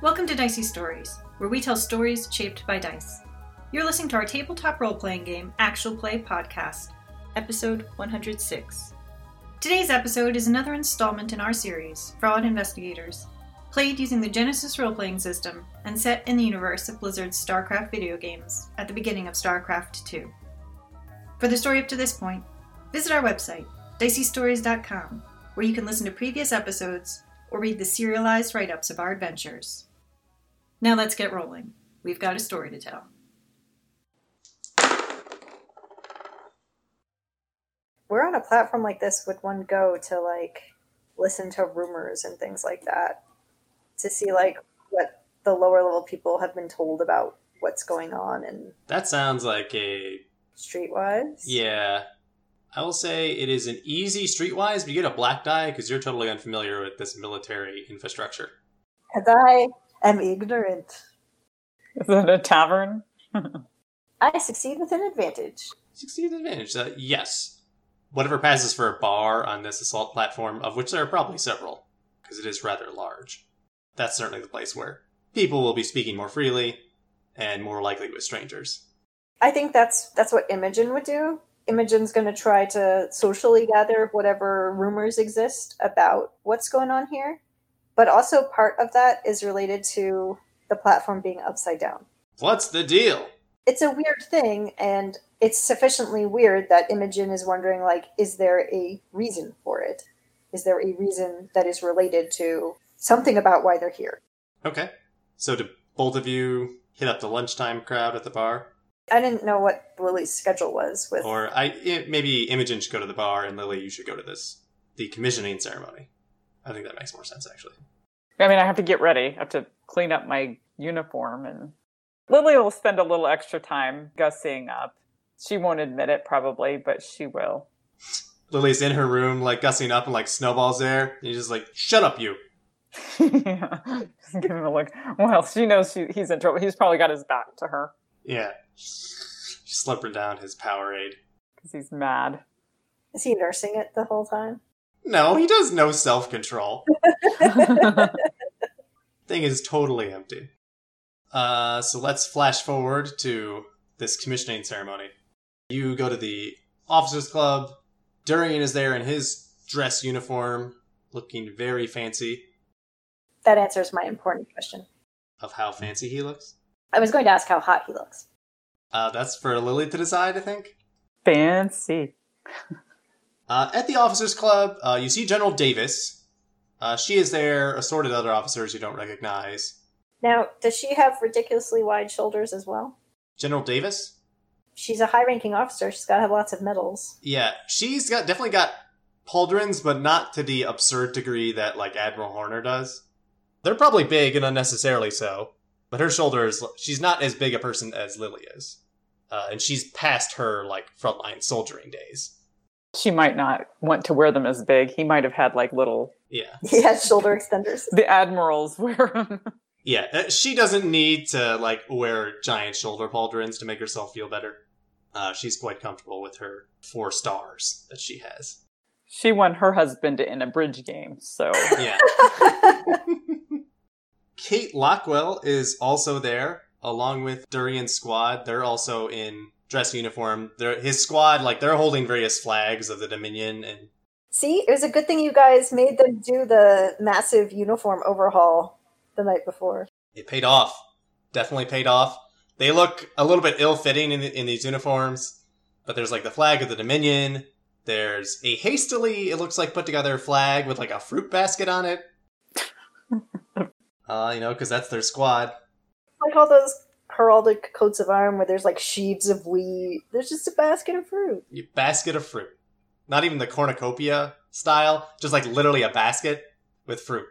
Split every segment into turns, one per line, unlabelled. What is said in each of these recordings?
Welcome to Dicey Stories, where we tell stories shaped by dice. You're listening to our tabletop role playing game, Actual Play Podcast, episode 106. Today's episode is another installment in our series, Fraud Investigators, played using the Genesis role playing system and set in the universe of Blizzard's StarCraft video games at the beginning of StarCraft II. For the story up to this point, visit our website, diceystories.com, where you can listen to previous episodes or read the serialized write ups of our adventures. Now let's get rolling. We've got a story to tell.
we're on a platform like this would one go to like listen to rumors and things like that to see like what the lower level people have been told about what's going on in
That sounds like a
streetwise
yeah. I will say it is an easy streetwise, but you get a black die because you're totally unfamiliar with this military infrastructure.
because i am ignorant
Is it a tavern?
i succeed with an advantage
Succeed advantage. Uh, yes, whatever passes for a bar on this assault platform, of which there are probably several, because it is rather large. That's certainly the place where people will be speaking more freely and more likely with strangers.
i think that's that's what imogen would do imogen's going to try to socially gather whatever rumors exist about what's going on here but also part of that is related to the platform being upside down
What's the deal?
it's a weird thing and it's sufficiently weird that imogen is wondering like is there a reason for it is there a reason that is related to something about why they're here
Okay, so do both of you hit up the lunchtime crowd at the bar?
i didn't know what lily's schedule was with
Or I i- maybe Imogen should go to the bar and Lily, you should go to this the commissioning ceremony. I think that makes more sense actually.
I mean, I have to get ready. I have to clean up my uniform, and Lily will spend a little extra time gussying up. She won't admit it probably, but she will.
Lily's in her room, like gussing up, and like snowballs there. And you're just like, "Shut up, you!"
yeah, just give him a look. Well, she knows she, he's in trouble. He's probably got his back to her
Yeah, she's slurping down his Powerade.
because he's mad.
is he nursing it the whole time
No, he does no self control. Thing is totally empty. Uh, so let's flash forward to this commissioning ceremony. You go to the officers' club. Durian is there in his dress uniform, looking very fancy.
that answers my important question
Of how fancy he looks.
i was going to ask how hot he looks
Uh, that's for Lily to decide, I think.
Fancy.
Uh, at the officers' club, uh, you see General Davis. Uh, she is there, assorted other officers you don't recognize.
now does she have ridiculously wide shoulders as well
General Davis?
she's a high ranking officer she's got to have lots of medals
Yeah, she's got definitely got pauldrons, but not to the absurd degree that like Admiral Horner does. They're probably big and unnecessarily so, but her shoulders. She's not as big a person as Lily is, uh, and she's past her like frontline soldiering days.
She might not want to wear them as big. He might have had like little
Yeah,
he has shoulder extenders
the admirals wear 'em.
yeah. uh, She doesn't need to like wear giant shoulder pauldrons to make herself feel better. Uh, she's quite comfortable with her four stars that she has.
She won her husband in a bridge game, so
Yeah. Kate Lockwell is also there, along with Durian's squad. They're also in dress uniform. They're, his squad, like, they're holding various flags of the Dominion, and
See, it was a good thing you guys made them do the massive uniform overhaul the night before.
it paid off. Definitely paid off. They look a little bit ill-fitting in, in these uniforms, but there's, like, the flag of the Dominion. There's a hastily, it looks like, put-together flag with, like, a fruit basket on it. uh, you know, because that's their squad.
Like all those heraldic coats of arm where there's like sheaves of wheat. There's just a basket of fruit.
You basket of fruit. Not even the cornucopia style, just like literally a basket with fruit.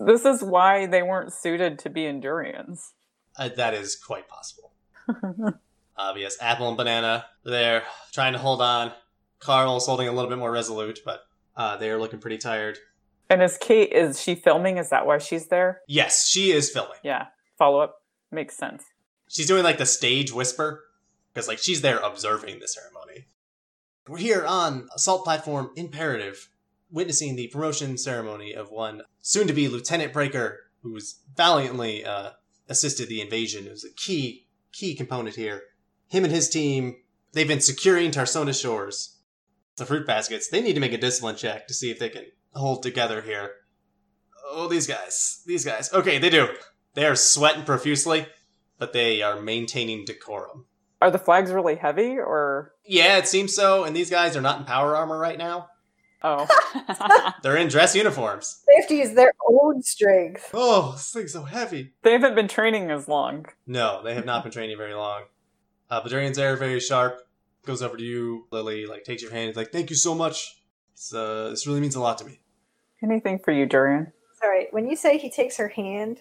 This is why they weren't suited to be Endurians.
Uh, that is quite possible. uh, but yes, apple and banana there, trying to hold on. Carl's holding a little bit more resolute, but uh, they are looking pretty tired.
And is Kate, is she filming? Is that why she's there?
Yes, she is filming.
Yeah. Follow up makes sense.
She's doing like the stage whisper, because like she's there observing the ceremony. We're here on Assault Platform Imperative, witnessing the promotion ceremony of one soon to be Lieutenant Breaker who was valiantly uh, assisted the invasion, who's a key key component here. Him and his team, they've been securing Tarsona shores. The fruit baskets, they need to make a discipline check to see if they can hold together here. Oh, these guys, these guys. Okay, they do. They are sweating profusely, but they are maintaining decorum.
Are the flags really heavy or
Yeah, it seems so. And these guys are not in power armor right now.
oh?
They're in dress uniforms.
Safety is their own strength.
Oh, this thing's so heavy.
they haven't been training as long.
No, they have not been training very long. Uh, Badurian's there, very sharp. Goes over to you, Lily. Like takes your hand. Is like, thank you so much. It's, uh, this really means a lot to me.
Anything for you, Durian?
Sorry, when you say he takes her hand,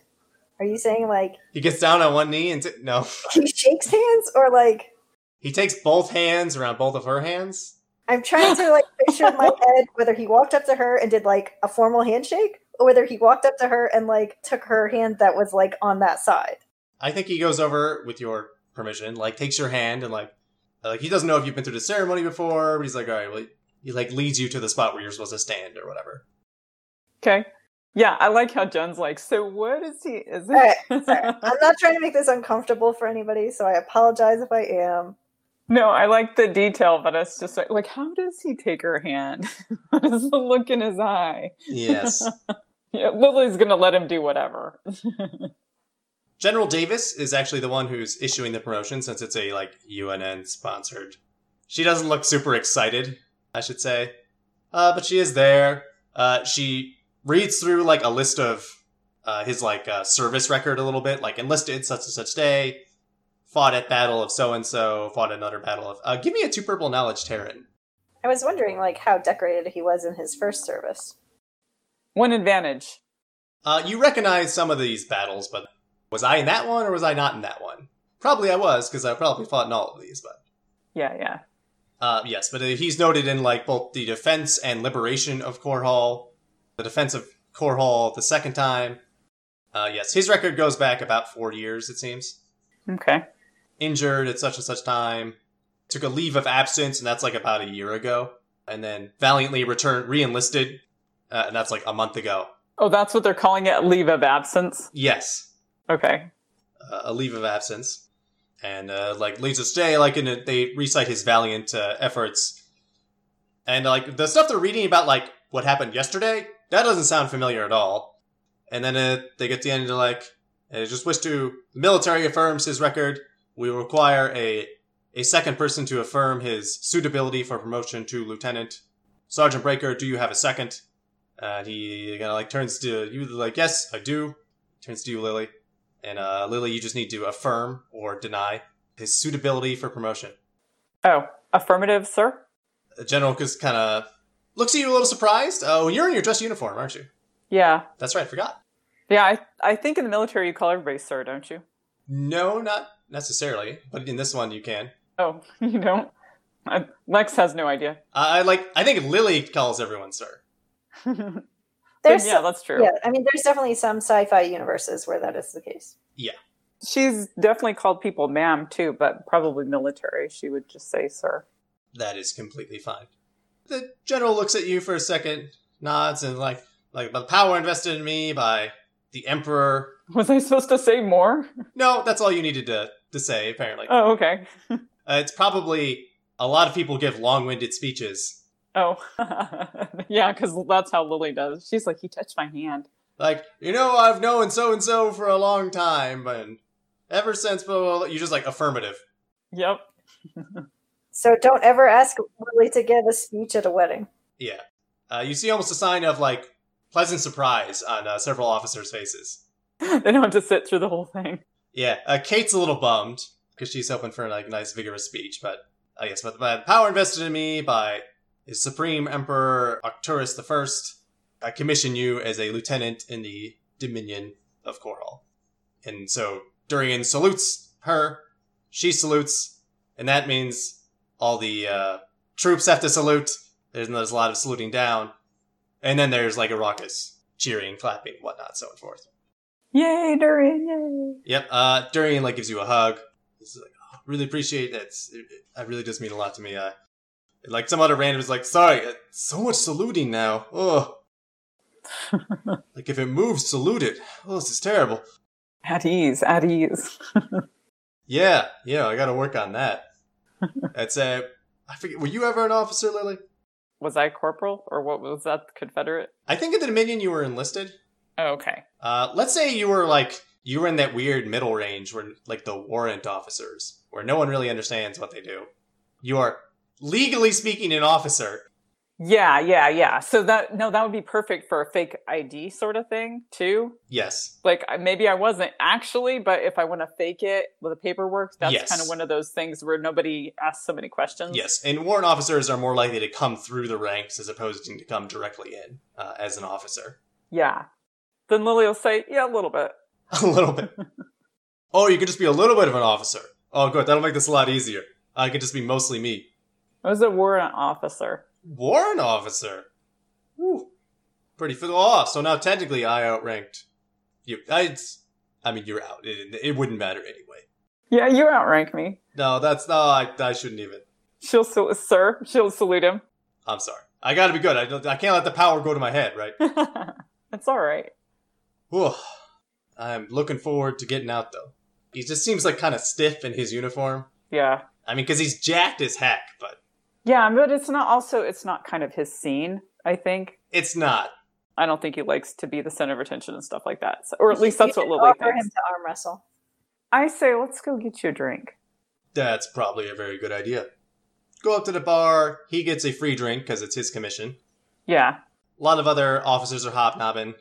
are you saying like
He gets down on one knee and t- no,
he shakes hands or like
he takes both hands around both of her hands.
I'm trying to like picture in my head whether he walked up to her and did like a formal handshake or whether he walked up to her and like took her hand that was like on that side.
I think he goes over with your permission. Like takes your hand and like, like he doesn't know if you've been through the ceremony before, but he's like, all right, well, he like leads you to the spot where you're supposed to stand or whatever.
Okay. Yeah, I like how Jen's like, so what is he is
Alright,
it
Sorry. I'm not trying to make this uncomfortable for anybody, so I apologize if I am.
No, I like the detail, but it's just like, like how does he take her hand? what is the look in his eye?
Yes.
Yeah, Lily's gonna let him do whatever.
General Davis is actually the one who's issuing the promotion since it's a like UNN sponsored. She doesn't look super excited, I should say, uh, but she is there. Uh, she reads through like a list of uh, his like uh, service record a little bit, like enlisted such and such day, fought at battle of so and so, fought another battle of. Uh, give me a two purple knowledge, Terran.
I was wondering like how decorated he was in his first service.
One advantage.
Uh, you recognize some of these battles, but was I in that one or was I not in that one? Probably I was because I probably fought in all of these, but.
Yeah, yeah.
Uh, yes, but uh, he's noted in like both the defense and liberation of Korhal, the defense of Korhal the second time. Uh, yes, his record goes back about four years, it seems.
Okay.
Injured at such and such time, took a leave of absence, and that's like about a year ago. And then valiantly returned, re-enlisted, uh, and that's like a month ago.
Oh, that's what they're calling it leave of absence.
Yes,
Okay.
uh, a leave of absence, and uh, like leaves us today. Like, and uh, they recite his valiant uh, efforts, and like the stuff they're reading about, like what happened yesterday, that doesn't sound familiar at all. And then uh, they get to the end to like, I just wish to the military affirms his record. We require a a second person to affirm his suitability for promotion to lieutenant. Sergeant Breaker, do you have a second? And he kind of like turns to you, like, yes, I do. Turns to you, Lily. And uh, Lily, you just need to affirm or deny his suitability for promotion.
Oh, affirmative, sir.
The general just kind of looks at you a little surprised. Oh, you're in your dress uniform, aren't you?
Yeah,
That's right, I forgot.
yeah. I I think in the military you call everybody sir, don't you?
No, not necessarily, but in this one you can.
Oh, you don't. I, Lex has no idea.
I I like. I think Lily calls everyone sir.
Then
There's
yeah,
yeah,
that's true.
yeah, I mean there's definitely some sci-fi universes where that is the case.
She's definitely called people ma'am too, but probably military. She would just say sir.
That is completely fine. The general looks at you for a second, nods, and like, like the power invested in me by the emperor.
Was I supposed to say more?
No, that's all you needed to to say. Apparently, uh,
Oh, okay.
it's probably a lot of people give long-winded speeches
Oh, yeah, because that's how Lily does. She's like, he touched my hand.
like you know i've known so and so for a long time and ever since blah, blah, blah, you just like affirmative
Yep.
So don't ever ask Lily to give a speech at a wedding.
yeah uh, you see almost a sign of like pleasant surprise on uh, several officers faces
they don't have to sit through the whole thing.
yeah uh, kate's a little bummed because she's hoping for like nice vigorous speech but i guess but by the power invested in me by his supreme emperor arcturus the first i commission you as a lieutenant in the dominion of Korhal. And so Durian salutes her, she salutes, and that means all the uh, troops have to salute. There's, there's a lot of saluting down, and then there's like a raucous cheering, clapping, whatnot, so and forth.
Yay, Durian,
Yep. Uh, Durian like gives you a hug. He's like, "Oh, really appreciate that. It's- It, it, that really does mean a lot to me. Uh, like some other random is like, sorry, uh, so much saluting now. Oh, Like if it moves, salute it. Oh, this is terrible.
At ease, at ease.
Yeah, yeah, I gotta work on that. That's a. I forget. Were you ever an officer, Lily?
Was I corporal or what was that Confederate?
I think in the Dominion you were enlisted.
Oh, okay.
Uh, let's say you were like you were in that weird middle range where like the warrant officers, where no one really understands what they do. You are legally speaking an officer.
Yeah, yeah, yeah. So that no, that would be perfect for a fake ID sort of thing too.
Yes.
Like I- maybe I wasn't actually, but if I want to fake it with the paperwork, that's
Yes.
kind of one of those things where nobody asks so many questions.
Yes, and warrant officers are more likely to come through the ranks as opposed to to come directly in uh, as an officer.
Yeah. Then Lily will say, "Yeah, a little bit."
A little bit. oh, you could just be a little bit of an officer. Oh, good. That'll make this a lot easier. I could just be mostly me.
I was a warrant officer.
Warrant officer. Whew. Pretty for the law. So now technically I outranked you. I, it's- I mean, you're out. It, it wouldn't matter anyway.
Yeah, you outrank me.
No, that's no. I, I shouldn't even.
She'll sal- sir. She'll salute him.
I'm sorry. I got to be good. I, don't- I can't let the power go to my head, right?
it's all right.
Whew. I'm looking forward to getting out though. He just seems like kind of stiff in his uniform.
Yeah.
I mean, because he's jacked as heck, but
Yeah, but it's not also it's not kind of his scene, I think.
it's not.
I don't think he likes to be the center of attention and stuff like that. So, or at least that's what Lily
offer
thinks.
him to arm wrestle.
I say, let's go get you a drink.
That's probably a very good idea. Go up to the bar. He gets a free drink because it's his commission.
Yeah.
A lot of other officers are hobnobbing.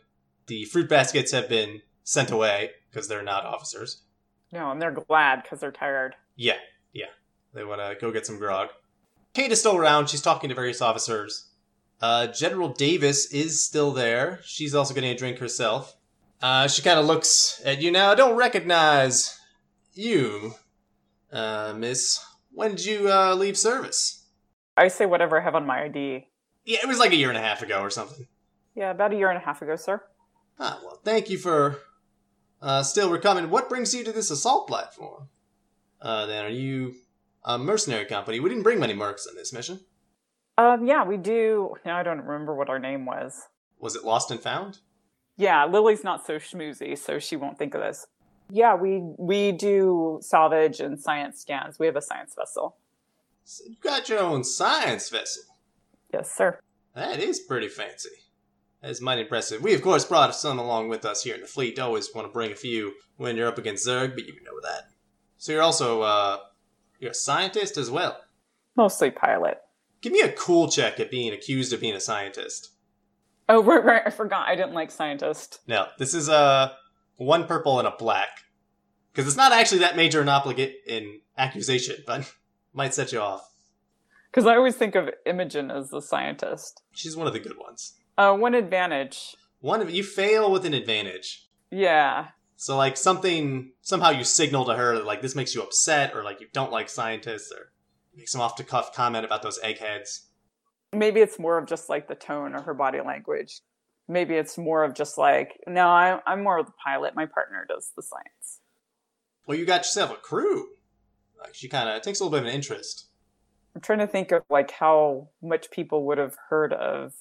The fruit baskets have been sent away because they're not officers.
No, and they're glad because they're tired.
Yeah, yeah. They want to go get some grog. Kate is still around. She's talking to various officers. Uh, General Davis is still there. She's also getting a drink herself. Uh, she kind of looks at you now. I don't recognize you, uh, miss. When did you uh, leave service?
I say whatever I have on my ID.
Yeah, it was like a year and a half ago or something.
Yeah, about a year and a half ago, sir.
Ah, well, thank you for uh, still recovering. What brings you to this assault platform? Uh, then, are you a mercenary company? We didn't bring many mercs on this mission.
Um, yeah, we do. Now I don't remember what our name was.
Was it lost and found?
Yeah, Lily's not so schmoozy, so she won't think of this. Yeah, we we do salvage and science scans. We have a science vessel.
So you got your own science vessel.
Yes, sir.
That is pretty fancy. That is mighty impressive. We, of course, brought some along with us here in the fleet. Always want to bring a few when you're up against Zerg, but you know that. So you're also, uh, you're a scientist as well.
Mostly pilot.
Give me a cool check at being accused of being a scientist.
Oh, right, right. I forgot. I didn't like scientist.
No, this is uh, one purple and a black. Because it's not actually that major an obligate in accusation, but might set you off.
Because I always think of Imogen as the scientist.
She's one of the good ones.
Uh, one advantage.
One of you fail with an advantage.
Yeah.
So like something somehow you signal to her that like this makes you upset or like you don't like scientists or make some off the cuff comment about those eggheads.
Maybe it's more of just like the tone or her body language. Maybe it's more of just like, no, I, I'm more of the pilot. My partner does the science.
Well, you got yourself a crew. Like she kind of takes a little bit of an interest.
I'm trying to think of like how much people would have heard of.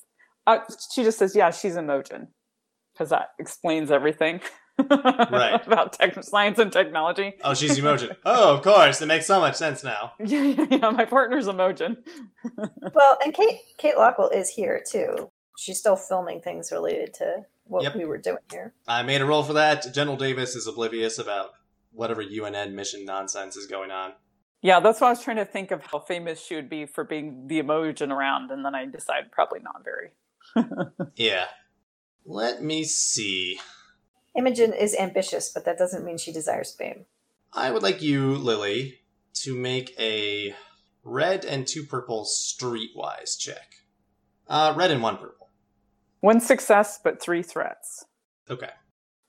Uh, she just says, yeah, she's Imogen. Because that explains everything
Right.
about tech science and technology.
Oh, she's Emojin. oh, of course, it makes so much sense now.
Yeah, yeah, yeah. My partner's Imogen.
Well, and Kate Kate Lockwell is here too. She's still filming things related to what
Yep.
we were doing here.
I made a roll for that. General Davis is oblivious about whatever UNN mission nonsense is going on.
Yeah, that's why I was trying to think of how famous she would be for being the emoji around, and then I decided probably not very.
Yeah. Let me see.
Imogen is ambitious, but that doesn't mean she desires fame.
I would like you, Lily, to make a red and two purple streetwise check. Uh, red and one purple.
One success, but three threats.
Okay.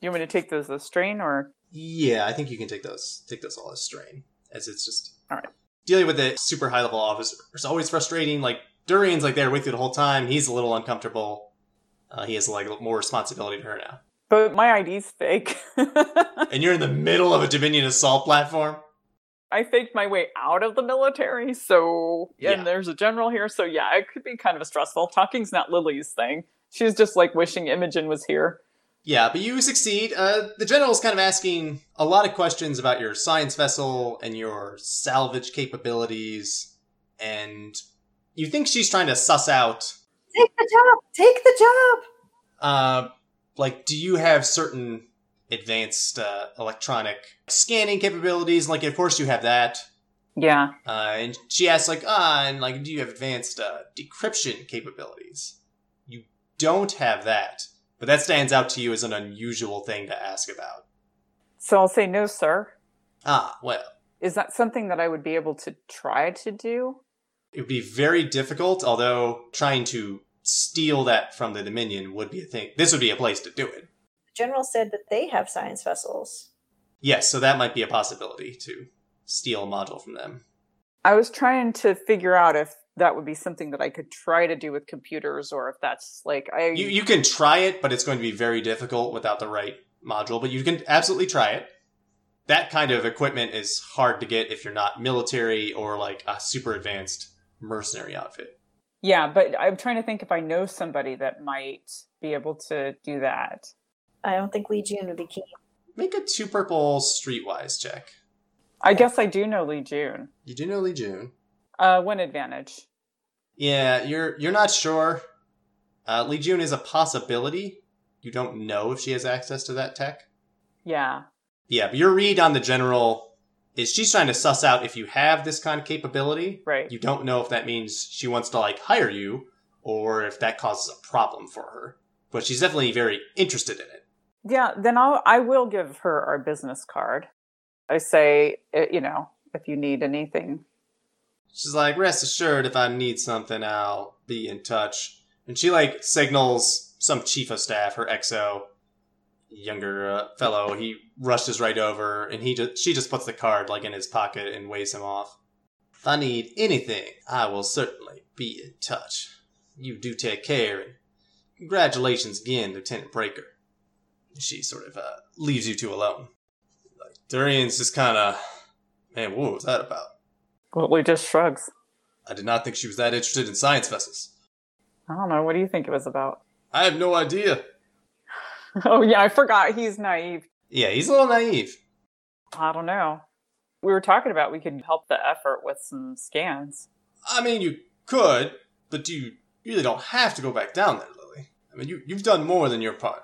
You want me to take those as strain, or
Yeah, I think you can take those. Take those all as strain, as it's just
All right.
dealing with a super high level officer. It's always frustrating. Like Durian's like there with you the whole time. He's a little uncomfortable. Uh, he has like more responsibility to her now,
but my ID's fake.
and you're in the middle of a Dominion assault platform.
I faked my way out of the military, so
Yeah.
and there's a general here, so yeah, it could be kind of stressful. Talking's not Lily's thing, She was just like wishing Imogen was here.
Yeah, but you succeed. Uh, the general's kind of asking a lot of questions about your science vessel and your salvage capabilities, and you think she's trying to suss out,
Take the job. Take the job.
uh, like, do you have certain advanced uh, electronic scanning capabilities? Like, of course you have that.
Yeah.
Uh, and she asks, like, ah, and like, do you have advanced uh, decryption capabilities? You don't have that, but that stands out to you as an unusual thing to ask about.
So I'll say no, sir.
Ah, well,
Is that something that I would be able to try to do?
it would be very difficult, although trying to steal that from the Dominion would be a thing. This would be a place to do it.
The general said that they have science vessels.
Yes, so that might be a possibility to steal a module from them.
I was trying to figure out if that would be something that I could try to do with computers or if that's like I
You, you can try it, but it's going to be very difficult without the right module, but you can absolutely try it. That kind of equipment is hard to get if you're not military or like a super advanced mercenary outfit.
Yeah, but I'm trying to think if I know somebody that might be able to do that.
I don't think Lee Jun would be keen.
Make a two purple streetwise check.
I guess I do know Lee June.
You do know Lee June.
Uh, one advantage.
Yeah, you're you're not sure. Uh, Lee June is a possibility. You don't know if she has access to that tech.
Yeah.
Yeah, but your read on the general is she's trying to suss out if you have this kind of capability.
Right.
You don't know if that means she wants to like hire you or if that causes a problem for her. But she's definitely very interested in it.
Yeah. Then I'll I will give her our business card. I say, uh, you know, if you need anything.
She's like, rest assured, if I need something, I'll be in touch. And she like signals some chief of staff, her exo, younger uh, fellow. He rushes right over, and he just she just puts the card like in his pocket and waves him off. If I need anything, I will certainly be in touch. You do take care, and congratulations again, Lieutenant Breaker. She sort of uh, leaves you two alone. Like Durian's just kind of, man, what was that about?
Well, we just shrugs.
I did not think she was that interested in science vessels.
I don't know. What do you think it was about?
I have no idea.
oh yeah, I forgot. He's naive.
Yeah, he's a little naive.
I don't know. We were talking about we could help the effort with some scans.
I mean, you could, but you really don't have to go back down there, Lily. I mean, you, you've done more than your part.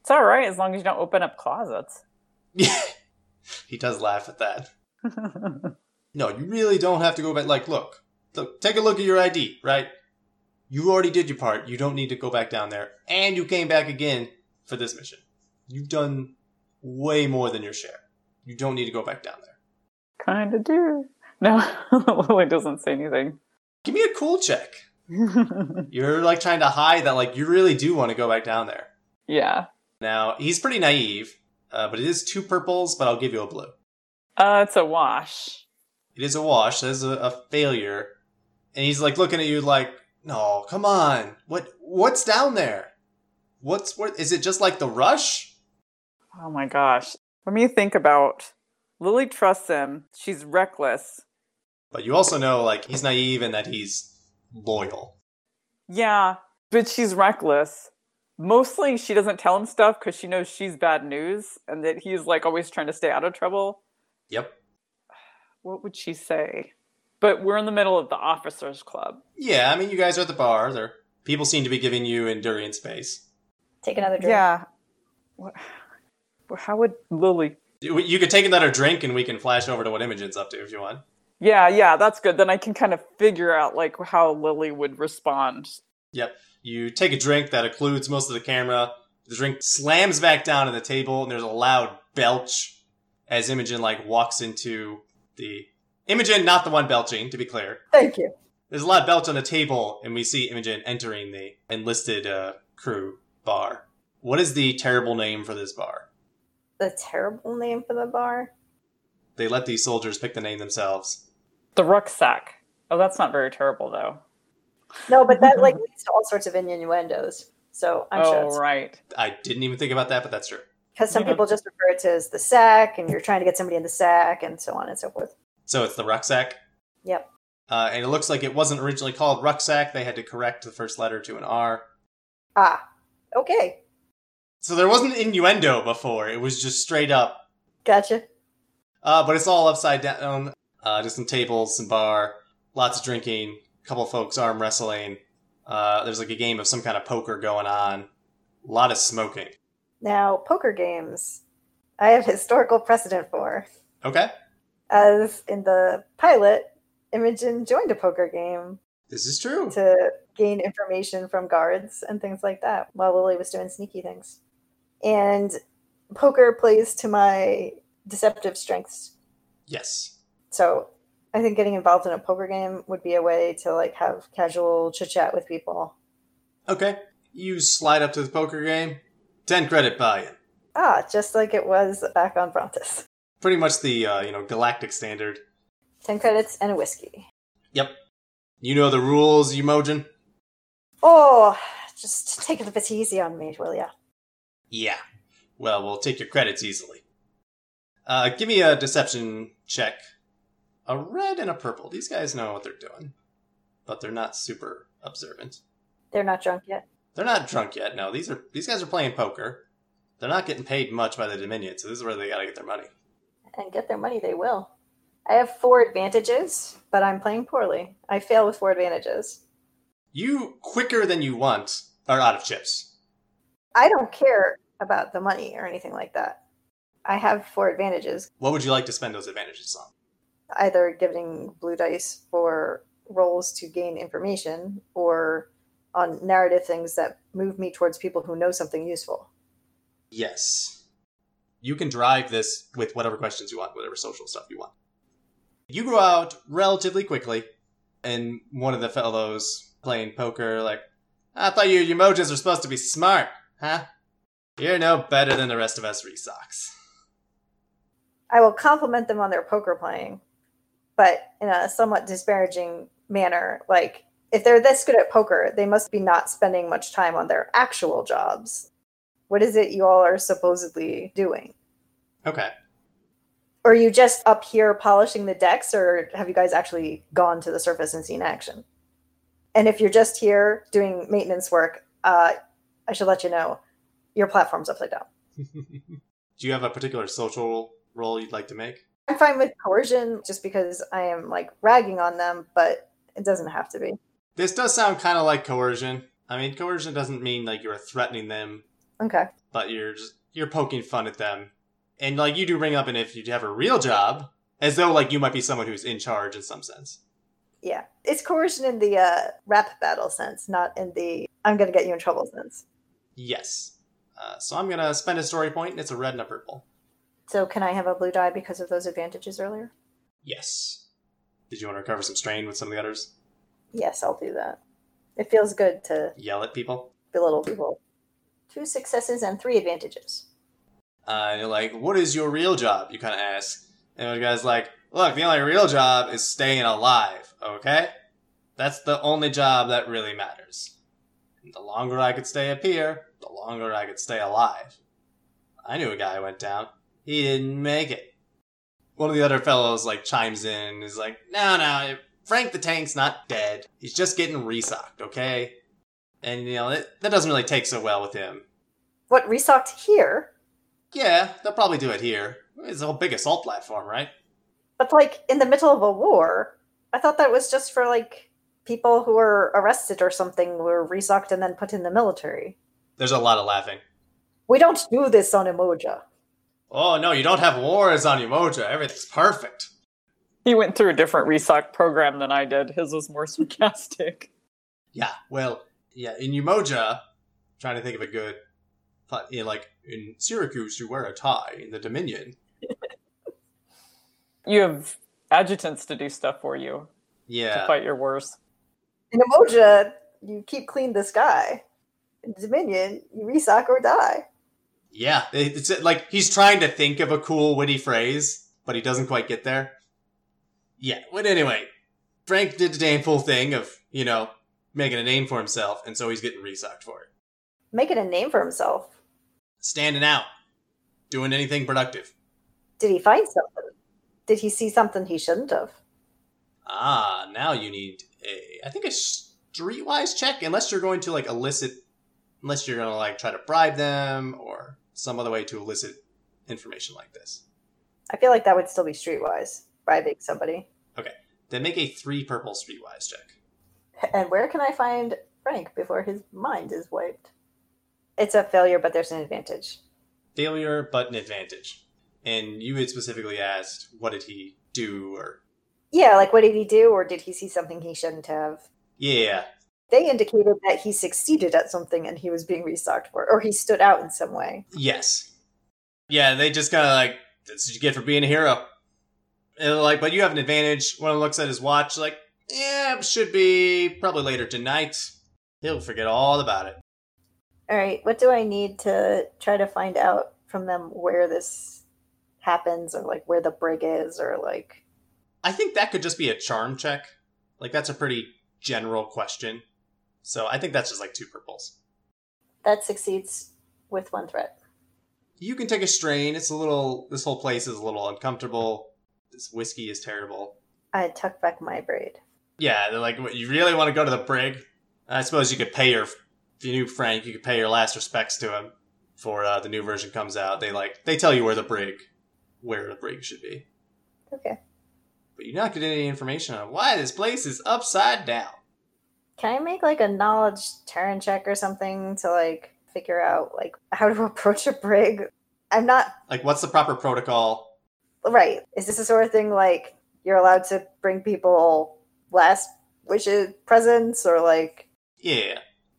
It's all right as long as you don't open up closets.
Yeah. he does laugh at that. No, you really don't have to go back. Like, look, look, take a look at your ID, right? You already did your part. You don't need to go back down there. And you came back again for this mission. You've done way more than your share. You don't need to go back down there.
kind of do. No, Lily doesn't say anything.
Give me a cool check. You're like trying to hide that, like, you really do want to go back down there.
yeah.
Now, he's pretty naive, uh, but it is two purples, but I'll give you a blue.
Uh, it's a wash.
It is a wash. That is a, a failure. And he's like looking at you like, no, come on. What what's down there? What's what is it just like the rush?
Oh my gosh. Let me think about Lily trusts him. She's reckless.
But you also know like he's naive and that he's loyal.
Yeah, but she's reckless. Mostly she doesn't tell him stuff because she knows she's bad news and that he's like always trying to stay out of trouble.
Yep.
What would she say? But we're in the middle of the officers club.
Yeah, I mean you guys are at the bar. There people seem to be giving you Endurian space.
Take another drink.
Yeah. What, how would Lily?
You you could take another drink and we can flash over to what Imogen's up to if you want.
Yeah, yeah, that's good. Then I can kind of figure out like how Lily would respond.
You take a drink that occludes most of the camera. The drink slams back down on the table, and there's a loud belch as Imogen like walks into the Imogen, not the one belching, to be clear.
Thank you.
There's a loud belch on the table, and we see Imogen entering the enlisted uh, crew bar. What is the terrible name for this bar?
The terrible name for the bar.
They let these soldiers pick the name themselves.
The rucksack. Oh, that's not very terrible though.
No, but that like leads to all sorts of innuendos. So I'm sure
oh,
it's
right.
I didn't even think about that, but that's true.
because some
Yeah.
people just refer it to as the sack, and you're trying to get somebody in the sack, and so on and so forth.
So it's the rucksack.
Yep.
Uh, and it looks like it wasn't originally called rucksack. They had to correct the first letter to an R.
Ah, okay.
So there wasn't innuendo before, it was just straight up.
Gotcha.
Uh, but it's all upside down. Uh, just some tables, some bar, lots of drinking, a couple folks arm wrestling. Uh, there's like a game of some kind of poker going on, a lot of smoking.
Now, poker games. I have historical precedent for.
Okay.
As in the pilot, Imogen joined a poker game
This is true.
to gain information from guards and things like that while Lily was doing sneaky things. And poker plays to my deceptive strengths.
Yes.
So I think getting involved in a poker game would be a way to like have casual chit chat with people.
Okay. You slide up to the poker game. 10 credit buy-in.
Ah, just like it was back on Brontes.
Pretty much the, uh, you know, galactic standard.
10 credits and a whiskey.
Yep. You know the rules, Emojin?
Oh, just take it a bit easy on me, will ya?
Yeah. Well, we'll take your credits easily. Uh, give me a deception check. A red and a purple. These guys know what they're doing, but they're not super observant.
They're not drunk yet.
They're not drunk yet. No, these are these guys are playing poker. They're not getting paid much by the Dominion, so this is where they gotta get their money.
And get their money, they will. I have four advantages, but I'm playing poorly. I fail with four advantages.
You quicker than you want are out of chips.
I don't care about the money or anything like that. I have four advantages,
What would you like to spend those advantages on?
either giving blue dice for roles to gain information or on narrative things that move me towards people who know something useful.
Yes. You can drive this with whatever questions you want, whatever social stuff you want. You go out relatively quickly, and one of the fellows playing poker, like, I thought you emojis were supposed to be smart, huh? You're no better than the rest of us, Resocks.
I will compliment them on their poker playing, but in a somewhat disparaging manner. Like, if they're this good at poker, they must be not spending much time on their actual jobs. What is it you all are supposedly doing?
Okay.
Are you just up here polishing the decks, or have you guys actually gone to the surface and seen action? And if you're just here doing maintenance work, uh, I should let you know your platform's upside down.
Do you have a particular social role you'd like to make?
I'm fine with coercion just because I am like ragging on them, but it doesn't have to be.
This does sound kind of like coercion. I mean, coercion doesn't mean like you're threatening them
Okay.
but you're just you're poking fun at them and like you do bring up and if you have a real job as though like you might be someone who's in charge in some sense
Yeah. It's coercion in the uh, rap battle sense, not in the I'm going to get you in trouble sense.
yes uh, so i'm gonna spend a story point and it's a red and a purple
So, can I have a blue die because of those advantages earlier?
yes did you want to recover some strain with some of the others
Yes, I'll do that. It feels good to
yell at people
belittle people. Two successes and three advantages.
uh, and you're like what is your real job you kind of ask and the guy's like look the only real job is staying alive okay that's the only job that really matters And the longer I could stay up here, the longer I could stay alive. I knew a guy who went down. He didn't make it. One of the other fellows like chimes in and is like, "No, no, Frank the Tank's not dead. He's just getting resocked, okay?" And you know that that doesn't really take so well with him.
What resocked here,
Yeah, they'll probably do it here. It's a whole big assault platform, right?
but like in the middle of a war, I thought that was just for like people who were arrested or something were resocked and then put in the military.
There's a lot of laughing.
We don't do this on Emoja.
Oh no, you don't have wars on Umoja. Everything's perfect.
He went through a different resoc program than I did. His was more sarcastic.
Yeah, well, yeah, in Umoja, trying to think of a good, but, you know, like in Syracuse, you wear a tie. In the Dominion,
You have adjutants to do stuff for you to
yeah,
fight your wars.
In Emoja, you keep clean the sky. In Dominion, you resock or die.
yeah. It- It's like he's trying to think of a cool, witty phrase, but he doesn't quite get there. Yeah, but anyway, Frank did the damnful thing of you know making a name for himself, and so he's getting resocked for it,
Making a name for himself.
standing out, doing anything productive.
Did he find something? Did he see something he shouldn't have?
Ah, now you need a, I think a streetwise check, unless you're going to like elicit unless you're gonna like try to bribe them or some other way to elicit information like this.
I feel like that would still be streetwise, bribing somebody.
Then make a three purple streetwise check.
And where can I find Frank before his mind is wiped? It's a failure, but there's an advantage.
Failure, but an advantage. And you had specifically asked, what did he do? Or
Yeah, like what did he do, or did he see something he shouldn't have?
yeah,
They indicated that he succeeded at something and he was being restocked for, or he stood out in some way.
yes, yeah. They just kind of like this is what you get for being a hero. And they're like, but you have an advantage. One of them looks at his watch, like, yeah, it should be probably later tonight. He'll forget all about it.
All right, what do I need to try to find out from them where this happens, or like where the brig is, or like
I think that could just be a charm check. Like that's a pretty general question. So I think that's just like two purples.
that succeeds with one threat?
you can take a strain. It's a little. This whole place is a little uncomfortable. This whiskey is terrible.
I tuck back my braid.
Yeah, they're like, "What, you really want to go to the brig? I suppose you could pay your. If you knew Frank, you could pay your last respects to him before uh, the new version comes out. They like they tell you where the brig, where the brig should be,
Okay.
but you're not getting any information on why this place is upside down.
Can I make like a knowledge turn check or something to like figure out like how to approach a brig? I'm not
Like, what's the proper protocol?
right. Is this the sort of thing like you're allowed to bring people last wishes presents or like
Yeah,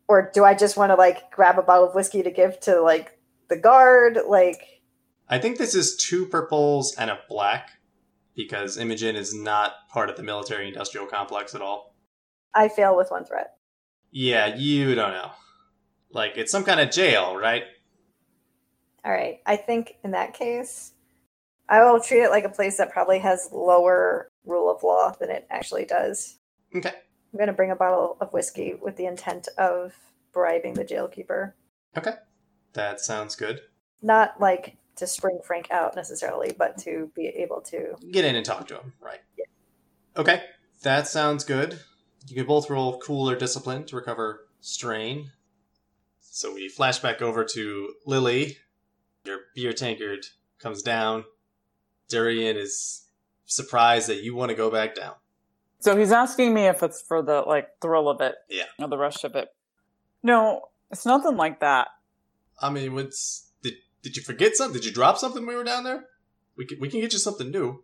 or do I just want to like grab a bottle of whiskey to give to like the guard? Like
I think this is two purples and a black because Imogen is not part of the military industrial complex at all.
I fail with one threat.
Yeah, you don't know. Like, it's some kind of jail, right?
All right. I think in that case, I will treat it like a place that probably has lower rule of law than it actually does.
Okay.
I'm going to bring a bottle of whiskey with the intent of bribing the jailkeeper.
That sounds good.
Not like to spring Frank out necessarily, but to be able to.
Get in and talk to him, right? Okay, that sounds good. You can both roll cool or discipline to recover strain. So we flash back over to Lily. Your beer tankard comes down. Durian is surprised that you want to go back down.
So he's asking me if it's for the like thrill of it,
Yeah.
or the rush of it. No, it's nothing like that.
I mean, what's did did you forget something? Did you drop something when we were down there? We can, we can get you something new.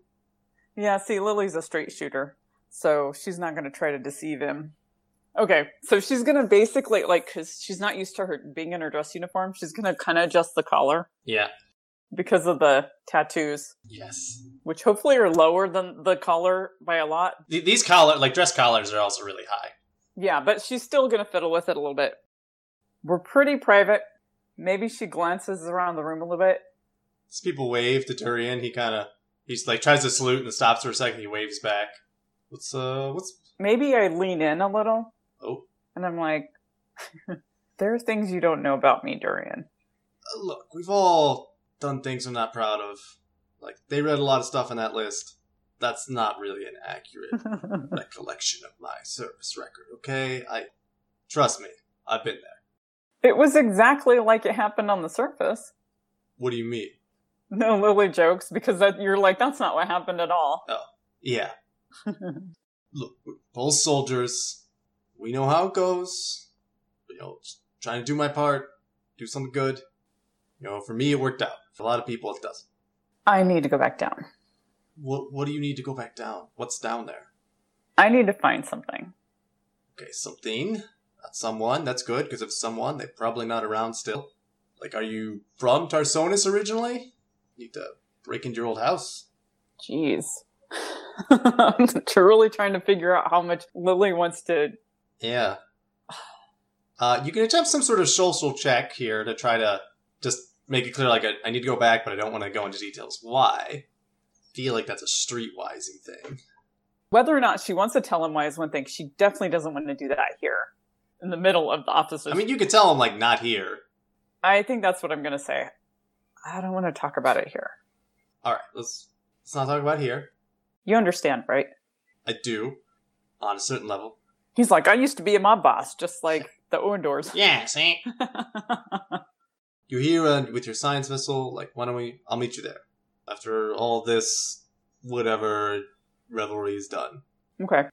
Yeah, see, Lily's a straight shooter, so she's not going to try to deceive him. Okay, so she's going to basically like because she's not used to her being in her dress uniform. She's going to kind of adjust the collar
Yeah.
because of the tattoos,
Yes.
which hopefully are lower than the collar by a lot.
Th- These collar, like dress collars, are also really high.
Yeah, but she's still going to fiddle with it a little bit. We're pretty private. Maybe she glances around the room a little bit.
These people wave to Durian. He kind of he's like tries to salute and stops for a second. He waves back. What's uh what's
Maybe I lean in a little.
oh
And I'm like, there are things you don't know about me, Durian.
uh, look? We've all done things I'm not proud of. Like they read a lot of stuff on that list. That's not really an accurate recollection of my service record. Okay, I trust me. I've been there.
it was exactly like it happened on the surface.
What do you mean?
No Lily jokes because that, you're like, that's not what happened at all.
Yeah. Look, we're both soldiers. We know how it goes. You know, just trying to do my part, do something good. You know, for me, it worked out. For a lot of people, it doesn't.
I need to go back down.
What What do you need to go back down? What's down there?
I need to find something.
Okay, something. Not someone. That's good because if someone, they're probably not around still. Like, are you from Tarsonis originally? Need to break into your old house.
Jeez. I'm truly trying to figure out how much Lily wants to.
Yeah. Uh, you can attempt some sort of social check here to try to just make it clear, like, I, I need to go back, but I don't want to go into details. Why? feel like that's a streetwising thing.
Whether or not she wants to tell him why is one thing. She definitely doesn't want to do that here in the middle of the officers.
I mean, you could tell him, like, not here.
I think that's what I'm going to say. I don't want to talk about it here.
All right, let's, let's not talk about here.
You understand, right?
I do, on a certain level.
He's like, I used to be a mob boss, just like the Orndors.
Yeah, see? You're here uh, with your science vessel. Like, why don't we? I'll meet you there. After all this, whatever revelry is done.
okay.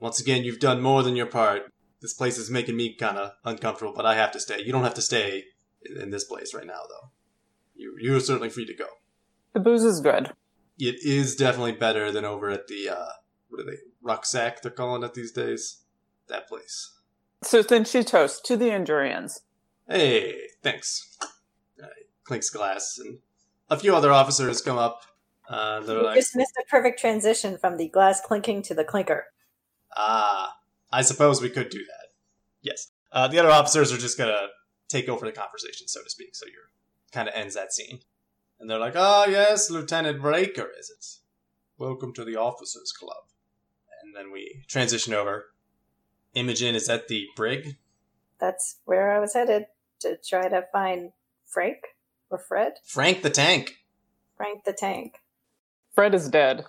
Once again, you've done more than your part. This place is making me kind of uncomfortable, but I have to stay. You don't have to stay in, in this place right now, though. You, you're certainly free to go.
The booze is good.
It is definitely better than over at the, uh, what are they, Rucksack, they're calling it these days? That place.
So then she toasts to the Endurians.
Hey, thanks. Uh, clinks glass, and a few other officers come up. Uh, they're
You
like,
just missed a perfect transition from the glass clinking to the clinker.
ah, I suppose we could do that. Yes. Uh, the other officers are just gonna take over the conversation, so to speak, so you're kind of ends that scene. And they're like, ah, yes, Lieutenant Breaker, is it? Welcome to the Officers Club. And then we transition over. Imogen is at the brig.
That's where I was headed to try to find Frank or Fred.
Frank the Tank.
Frank the tank.
Fred is dead.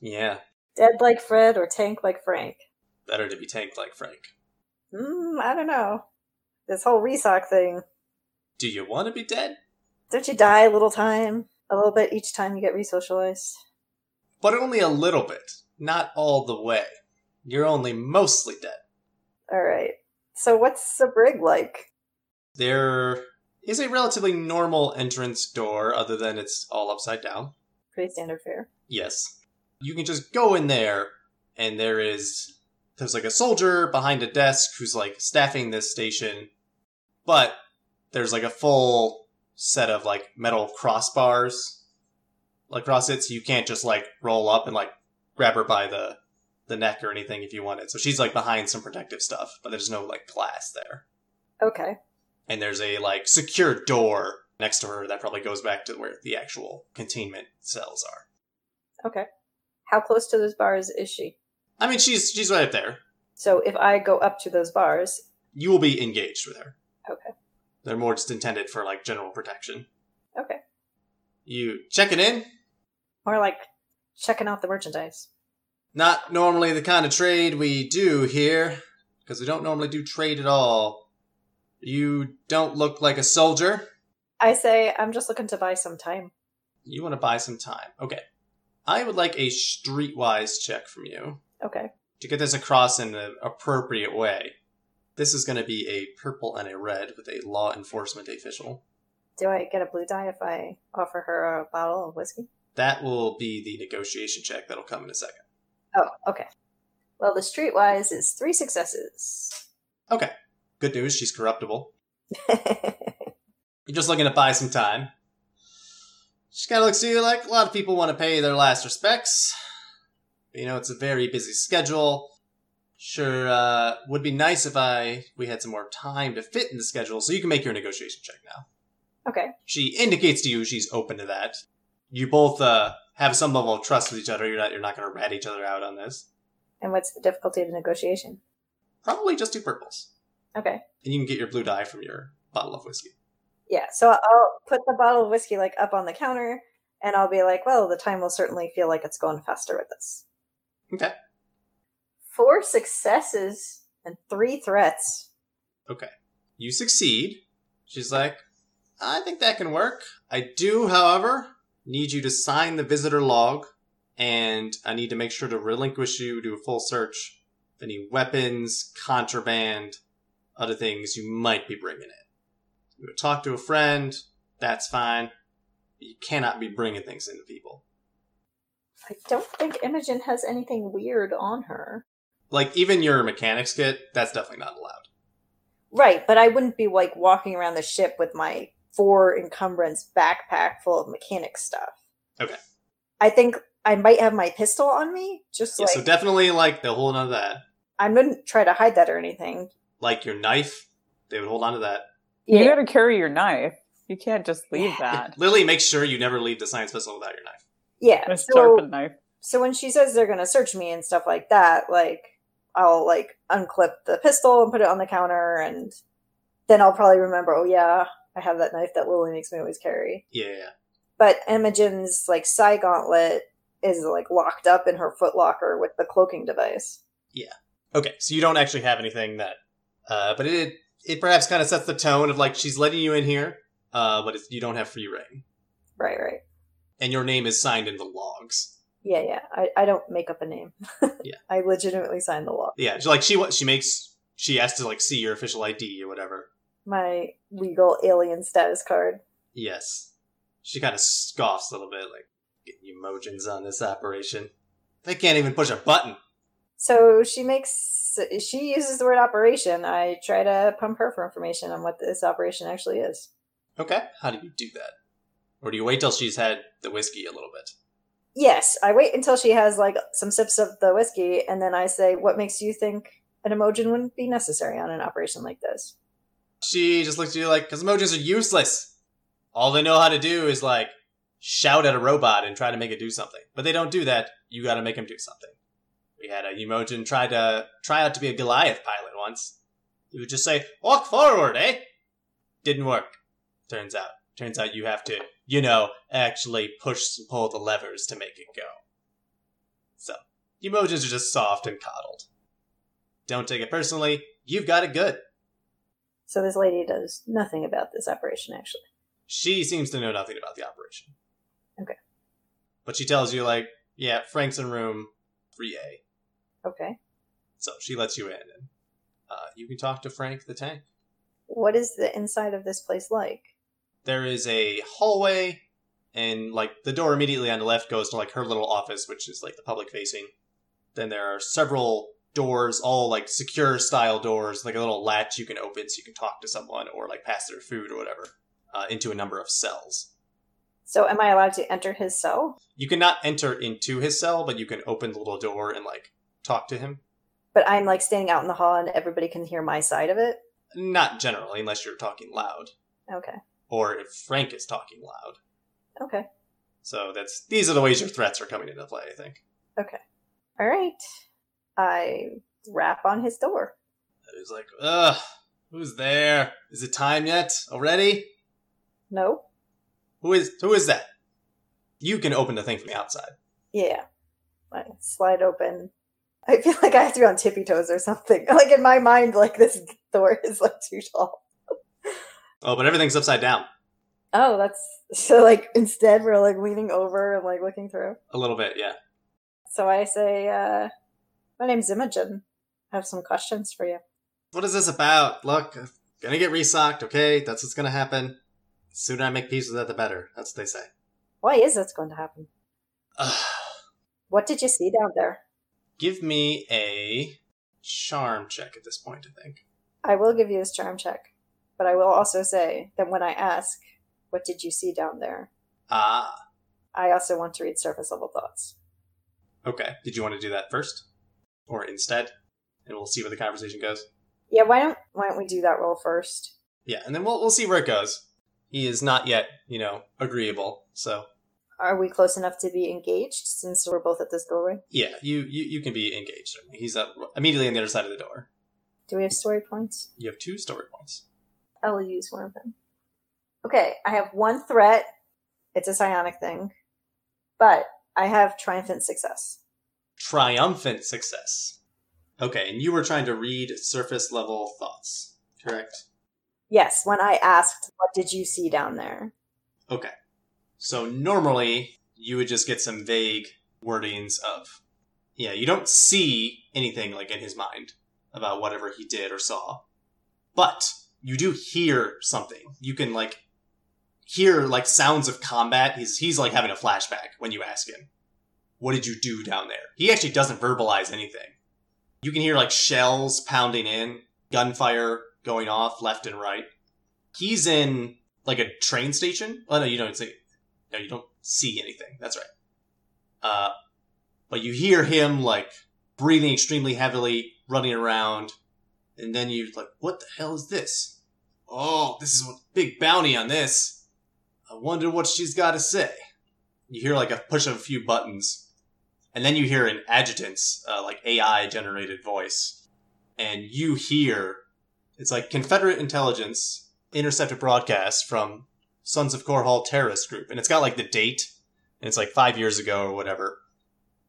Yeah,
Dead like Fred or tank like Frank.
better to be tanked like Frank.
Hmm, I don't know. This whole resoc thing.
Do you want to be dead?
Don't you die a little time? A little bit each time you get resocialized.
but only a little bit, not all the way. You're only mostly dead.
All right. So what's the brig like?
There is a relatively normal entrance door, other than it's all upside down.
Pretty standard fare.
Yes. You can just go in there, and there is. There's like a soldier behind a desk who's like staffing this station, but there's like a full set of like metal crossbars across it, so you can't just like roll up and like grab her by the the neck or anything if you want it. So she's like behind some protective stuff, but there's no like glass there.
Okay.
And there's a like secure door next to her that probably goes back to where the actual containment cells are.
Okay. How close to those bars is she?
I mean, she's she's right up there.
So if I go up to those bars,
You will be engaged with her.
Okay.
They're more just intended for like general protection.
okay.
You check it in.
More like checking out the merchandise.
Not normally the kind of trade we do here, because we don't normally do trade at all. You don't look like a soldier.
I say I'm just looking to buy some time.
You want to buy some time. Okay. I would like a streetwise check from you
Okay.
to get this across in an appropriate way. This is going to be a purple and a red with a law enforcement official.
Do I get a blue dye if I offer her a bottle of whiskey?
That will be the negotiation check that'll come in a second.
Oh, okay. Well, the streetwise is three successes.
Good news, she's corruptible. You're just looking to buy some time. She kind of looks at you like a lot of people want to pay their last respects. But, you know, it's a very busy schedule. Sure, uh, would be nice if I we had some more time to fit in the schedule, so you can make your negotiation check now.
okay.
She indicates to you she's open to that. You both uh, have some level of trust with each other. You're not you're not going to rat each other out on this.
And what's the difficulty of the negotiation?
Probably just two purples,
Okay.
and you can get your blue dye from your bottle of whiskey.
Yeah. So I'll put the bottle of whiskey like up on the counter and I'll be like, well, the time will certainly feel like it's going faster with this.
Okay.
Four successes and three threats.
You succeed. She's like, I think that can work. I do, however, need you to sign the visitor log, and I need to make sure to relinquish you, do a full search of any weapons, contraband, other things you might be bringing in. You would talk to a friend, that's fine. But you cannot be bringing things into people.
I don't think Imogen has anything weird on her.
Like, even your mechanics kit, that's definitely not allowed.
Right, but I wouldn't be like walking around the ship with my four encumbrance backpack full of mechanic stuff.
Okay.
I think I might have my pistol on me, just
Yeah,
like
so definitely, like, they'll hold on to that.
I wouldn't try to hide that or anything.
Like, your knife, they would hold on to that.
You
Yeah.
gotta carry your knife. You can't just leave that.
Lily makes sure you never leave the science vessel without your knife.
Yeah.
A
So,
sharpened knife.
so when she says they're gonna search me and stuff like that, like I'll like unclip the pistol and put it on the counter and then I'll probably remember, oh yeah, I have that knife that Lily makes me always carry.
Yeah.
But Imogen's like psi gauntlet is like locked up in her footlocker with the cloaking device.
Okay, so you don't actually have anything that, uh, but it it perhaps kind of sets the tone of like she's letting you in here, uh, but it's, you don't have free reign,
Right, right.
and your name is signed in the logs.
Yeah, yeah. I, I don't make up a name.
Yeah.
I legitimately signed the law.
Yeah, she, like she wa- she makes she has to like see your official ID or whatever.
My legal alien status card.
Yes, she kind of scoffs a little bit, like getting you mojins on this operation. They can't even push a button.
So she makes she uses the word operation. I try to pump her for information on what this operation actually is.
Okay, how do you do that? Or do you wait till she's had the whiskey a little bit?
Yes, I wait until she has like some sips of the whiskey, and then I say, "What makes you think an emojin wouldn't be necessary on an operation like this?"
She just looks at you like, because emojis are useless. All they know how to do is like shout at a robot and try to make it do something. But they don't do that. You got to make him do something. We had a emojin try to try out to be a Goliath pilot once. He would just say, "Walk forward, eh?" Didn't work. Turns out, turns out you have to, you know, actually push and pull the levers to make it go. So emojis are just soft and coddled. Don't take it personally. You've got it good.
So this lady does nothing about this operation actually.
She seems to know nothing about the operation.
Okay.
But she tells you, like, yeah, Frank's in room 3A.
Okay,
So she lets you in. And, uh, you can talk to Frank the tank.
what is the inside of this place like?
There is a hallway, and, like, the door immediately on the left goes to, like, her little office, which is, like, the public facing. Then there are several doors, all, like, secure style doors, like a little latch you can open so you can talk to someone or, like, pass their food or whatever uh, into a number of cells.
So am I allowed to enter his cell?
You cannot enter into his cell, but you can open the little door and like talk to him.
But I'm like standing out in the hall, and everybody can hear my side of it.
Not generally, unless you're talking loud,
Okay,
or if Frank is talking loud.
okay,
So that's these are the ways your threats are coming into play. I think
all right. I rap on his door.
he's like, "Ugh, who's there? Is it time yet? Already?
No,
Who is who is that?" You can open the thing from the outside.
yeah. I slide open. I feel like I have to be on tippy toes or something. Like in my mind, like this door is like too tall.
Oh, but everything's upside down
Oh, that's so. Like instead, we're like leaning over and like looking through.
a little bit. Yeah.
So I say, uh, "My name's Imogen. I have some questions for you."
What is this about? Look, I'm gonna get resocked. Okay, that's what's gonna happen. Sooner I make peace with that, the better. That's what they say.
Why is this going to happen?
Ugh.
What did you see down there?
Give me a charm check at this point, I think.
I will give you this charm check, but I will also say that when I ask, what did you see down there?
Ah,
I also want to read surface level thoughts.
okay. Did you want to do that first? Or instead? And we'll see where the conversation goes.
Yeah, why don't why don't we do that roll first?
Yeah, and then we'll we'll see where it goes. He is not yet, you know, agreeable. So
Are we close enough to be engaged since we're both at this doorway?
yeah, you you, you can be engaged. certainly. He's up immediately on the other side of the door.
Do we have story points?
You have two story points.
I will use one of them. Okay, I have one threat. It's a psionic thing, but I have triumphant success.
Triumphant success. Okay, and you were trying to read surface level thoughts, correct?
Yes, when I asked, what did you see down there?
Okay. So normally you would just get some vague wordings of, yeah, you don't see anything like in his mind about whatever he did or saw, but you do hear something. You can like hear like sounds of combat. He's he's like having a flashback when you ask him, "What did you do down there?" He actually doesn't verbalize anything. You can hear like shells pounding in, gunfire going off left and right. He's in like a train station. Oh no, you don't see. No, you don't see anything. That's right. Uh, but you hear him like breathing extremely heavily, running around, and then you're like, "What the hell is this? Oh, this is a big bounty on this. I wonder what she's got to say." You hear like a push of a few buttons, and then you hear an adjutant's uh, like AI generated voice, and you hear it's like Confederate intelligence intercepted broadcast from Sons of Korhal terrorist group, and it's got like the date, and it's like five years ago or whatever.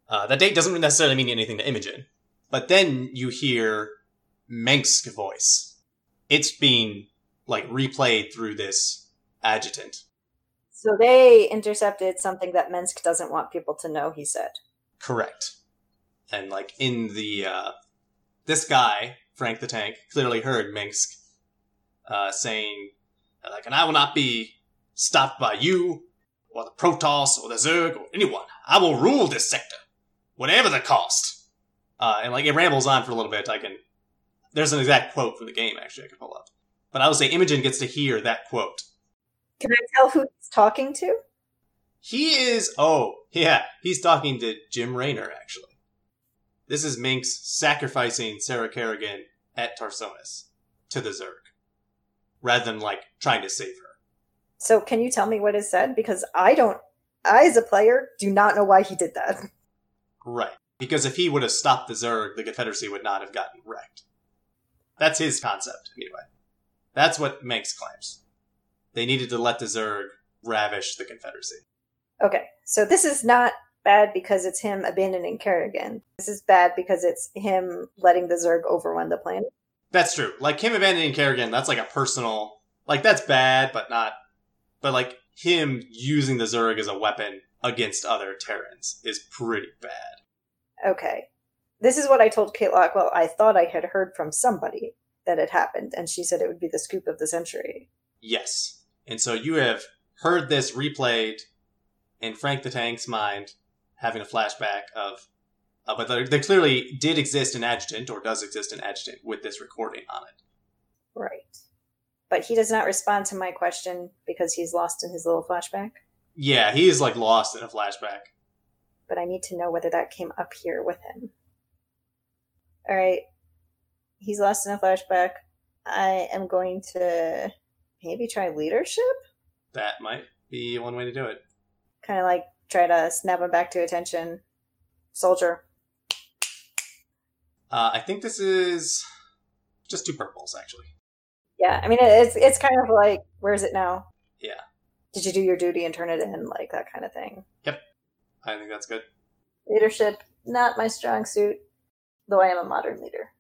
Uh, that date doesn't necessarily mean anything to Imogen, But then you hear Menk's voice. It's being like replayed through this adjutant.
So they intercepted something that Minsk doesn't want people to know, he said.
Correct. And like in the uh this guy, Frank the Tank, clearly heard Minsk uh saying like and I will not be stopped by you or the Protoss or the Zerg or anyone. I will rule this sector. Whatever the cost. Uh and like it rambles on for a little bit, I can there's an exact quote from the game actually I can pull up. But I would say Imogen gets to hear that quote.
Can I tell who he's talking to?
He is. Oh, yeah. He's talking to Jim Raynor, actually. This is Minx sacrificing Sarah Kerrigan at Tarsonis to the Zerg, rather than like trying to save her.
So can you tell me what is said? Because I don't, I as a player do not know why he did that.
Right. Because if he would have stopped the Zerg, the Confederacy would not have gotten wrecked. That's his concept, anyway. That's what Minx claims. They needed to let the Zerg ravish the Confederacy.
Okay, so this is not bad because it's him abandoning Kerrigan. This is bad because it's him letting the Zerg overrun the planet.
That's true. Like him abandoning Kerrigan, that's like a personal, like that's bad, but not, but like him using the Zerg as a weapon against other Terrans is pretty bad.
Okay, this is what I told Kate Lockwell. I thought I had heard from somebody that it happened, and she said it would be the scoop of the century.
Yes. And so you have heard this replayed in Frank the Tank's mind, having a flashback of, uh, but there, there clearly did exist an adjutant or does exist an adjutant with this recording on it.
Right. But he does not respond to my question because he's lost in his little flashback.
Yeah, he is like lost in a flashback.
But I need to know whether that came up here with him. All right. He's lost in a flashback. I am going to maybe try leadership?
That might be one way to do it.
Kind of like try to snap him back to attention. Soldier.
Uh, I think this is just two purples, actually.
Yeah, I mean, it's, it's kind of like, where is it now?
Yeah.
Did you do your duty and turn it in? Like that kind of thing.
I think that's good.
Leadership, not my strong suit, though I am a modern leader.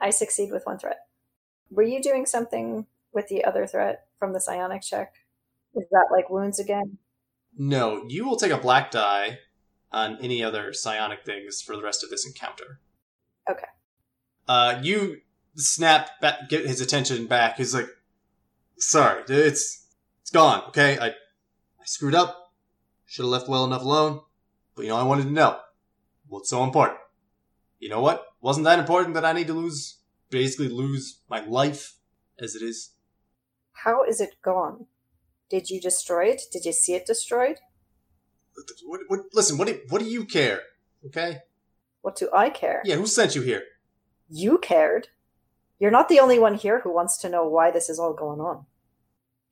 I succeed with one threat. Were you doing something with the other threat from the psionic check? Is that like wounds again?
No, you will take a black die on any other psionic things for the rest of this encounter.
Okay.
Uh, you snap back, get his attention back. He's like, "Sorry, dude, it's it's gone. Okay, I I screwed up. Should have left well enough alone. But you know, I wanted to know what's so important. You know what? Wasn't that important that I need to lose, basically lose my life as it is?
How is it gone? Did you destroy it? Did you see it destroyed?
What, what, listen, what do, what do you care? Okay?
What do I care?
Yeah, who sent you here?
You cared. You're not the only one here who wants to know why this is all going on.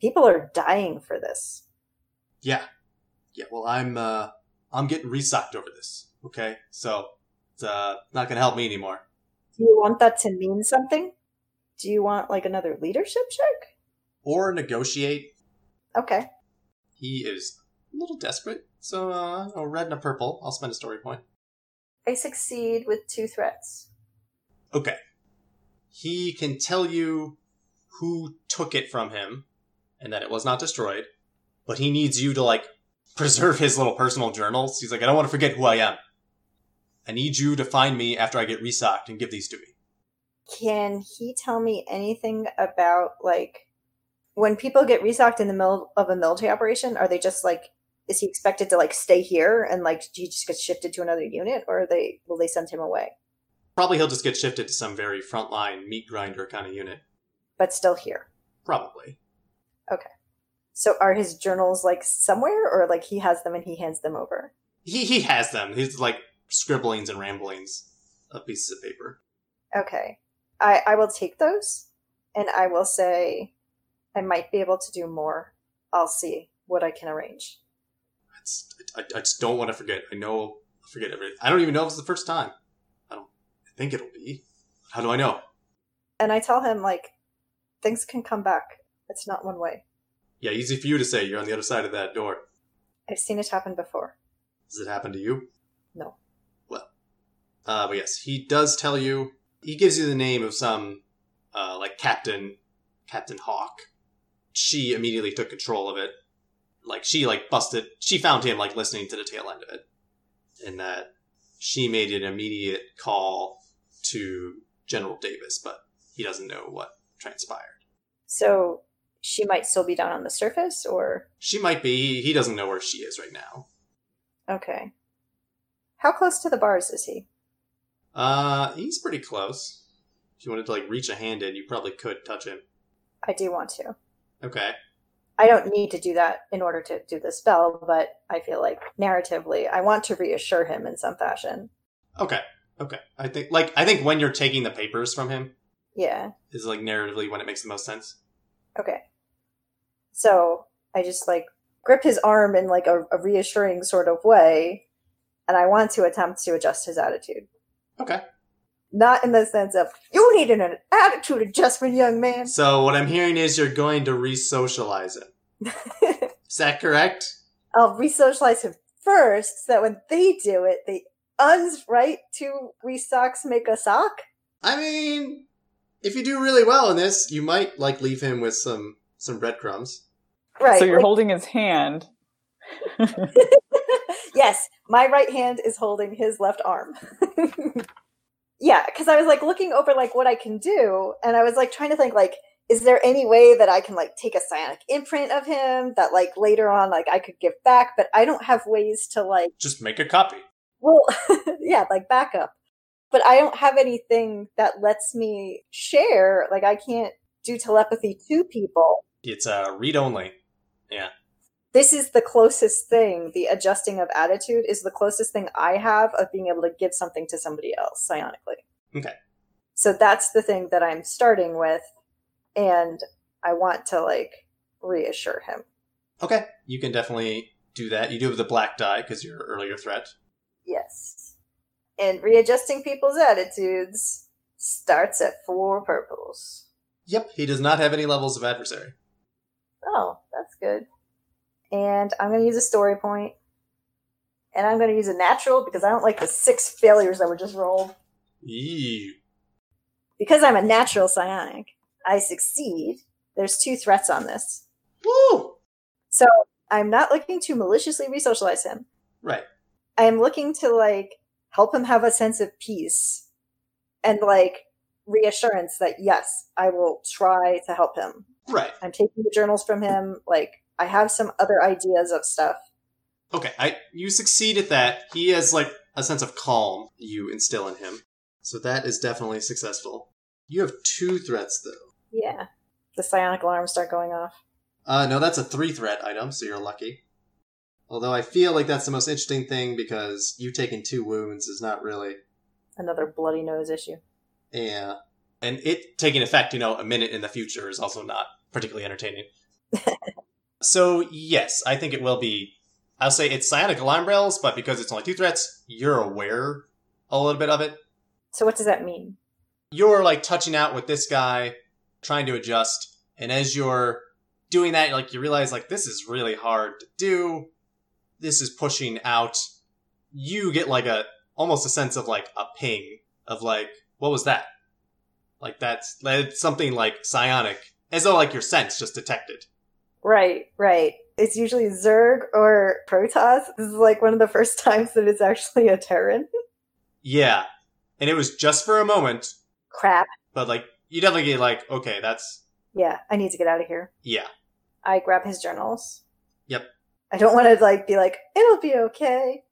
People are dying for this.
Yeah. Yeah, well, I'm, uh, I'm getting resocked over this. Okay? So, it's, uh, not gonna help me anymore.
Do you want that to mean something? Do you want like another leadership check?
Or negotiate.
Okay.
He is a little desperate. So, uh, a red and a purple. I'll spend a story point.
I succeed with two threats.
Okay. He can tell you who took it from him and that it was not destroyed, but he needs you to like preserve his little personal journals. He's like, I don't want to forget who I am. I need you to find me after I get resocked and give these to me.
Can he tell me anything about like when people get resocked in the middle of a military operation? Are they just like is he expected to like stay here and like he just gets shifted to another unit, or are they will they send him away
Probably he'll just get shifted to some very frontline meat grinder kind of unit.
but still here?
Probably.
So are his journals like somewhere, or like he has them and he hands them over?
He he has them. He's like scribblings and ramblings of pieces of paper.
Okay, I I will take those, and I will say I might be able to do more. I'll see what I can arrange.
It's, I, I just don't want to forget. I know I'll forget everything. I don't even know if it's the first time. I don't. I think it'll be. How do I know?
And I tell him like things can come back. It's not one way.
Yeah, easy for you to say. You're on the other side of that door.
I've seen it happen before.
Does it happen to you?
No.
Well, Uh, but yes, he does tell you. He gives you the name of some, uh, like Captain, Captain Hawk. She immediately took control of it. Like she like busted. She found him like listening to the tail end of it, and that she made an immediate call to General Davis, but he doesn't know what transpired.
So she might still be down on the surface, or
She might be. He doesn't know where she is right now.
okay. How close to the bars is he?
Uh, he's pretty close. If you wanted to like reach a hand in, you probably could touch him.
I do want to.
Okay.
I don't need to do that in order to do the spell, but I feel like narratively, I want to reassure him in some fashion.
Okay. Okay. I think like I think when you're taking the papers from him
Yeah.
is like narratively when it makes the most sense.
Okay. So I just like grip his arm in like a, a reassuring sort of way, and I want to attempt to adjust his attitude.
Okay.
Not in the sense of, you need an attitude adjustment, young man.
So what I'm hearing is you're going to re-socialize him. Is that correct?
I'll re-socialize him first, so that when they do it, the uns right to we socks make a sock.
I mean, if you do really well in this, you might like leave him with some some breadcrumbs.
Right.
So you're
like-
holding his hand.
yes, my right hand is holding his left arm. yeah, because I was like looking over like what I can do, and I was like trying to think like, is there any way that I can like take a psionic imprint of him that like later on like I could give back, but I don't have ways to like
Just make a copy.
well yeah like backup, but I don't have anything that lets me share like I can't do telepathy to people.
It's uh read only.
this is the closest thing the adjusting of attitude is the closest thing i have of being able to give something to somebody else psionically
Okay.
so that's the thing that i'm starting with and i want to like reassure him
Okay. You can definitely do that. You do have the black die because your earlier threat.
yes and readjusting people's attitudes starts at four purples
Yep, he does not have any levels of adversary.
oh that's good and i'm going to use a story point and i'm going to use a natural because i don't like the six failures that were just rolled
Ew.
because I'm a natural psionic, I succeed. There's two threats on this.
Woo!
So I'm not looking to maliciously resocialize him.
Right.
I am looking to like help him have a sense of peace and like reassurance that yes, I will try to help him.
Right.
I'm taking the journals from him. Like I have some other ideas of stuff.
Okay, I you succeed at that. He has like a sense of calm you instill in him. So that is definitely successful. You have two threats though.
Yeah. The psionic alarms start going off.
Uh no, that's a three threat item, so you're lucky. Although I feel like that's the most interesting thing because you taking two wounds is not really
Another bloody nose issue.
yeah. And it taking effect, you know, a minute in the future is also not particularly entertaining. so yes, I think it will be I'll say it's psionic alarm bells, but because it's only two threats, you're aware a little bit of it.
So what does that mean?
you're like touching out with this guy, trying to adjust, and as you're doing that, like you realize like this is really hard to do. This is pushing out. You get like a almost a sense of like a ping of like what was that? Like that's that's something like psionic, as though like your sense just detected.
Right, right. It's usually Zerg or Protoss. This is like one of the first times that it's actually a Terran.
Yeah, and it was just for a moment,
Crap.
but like you definitely get like okay, that's
Yeah, I need to get out of here.
yeah,
I grab his journals.
Yep.
I don't want to like be like, it'll be okay.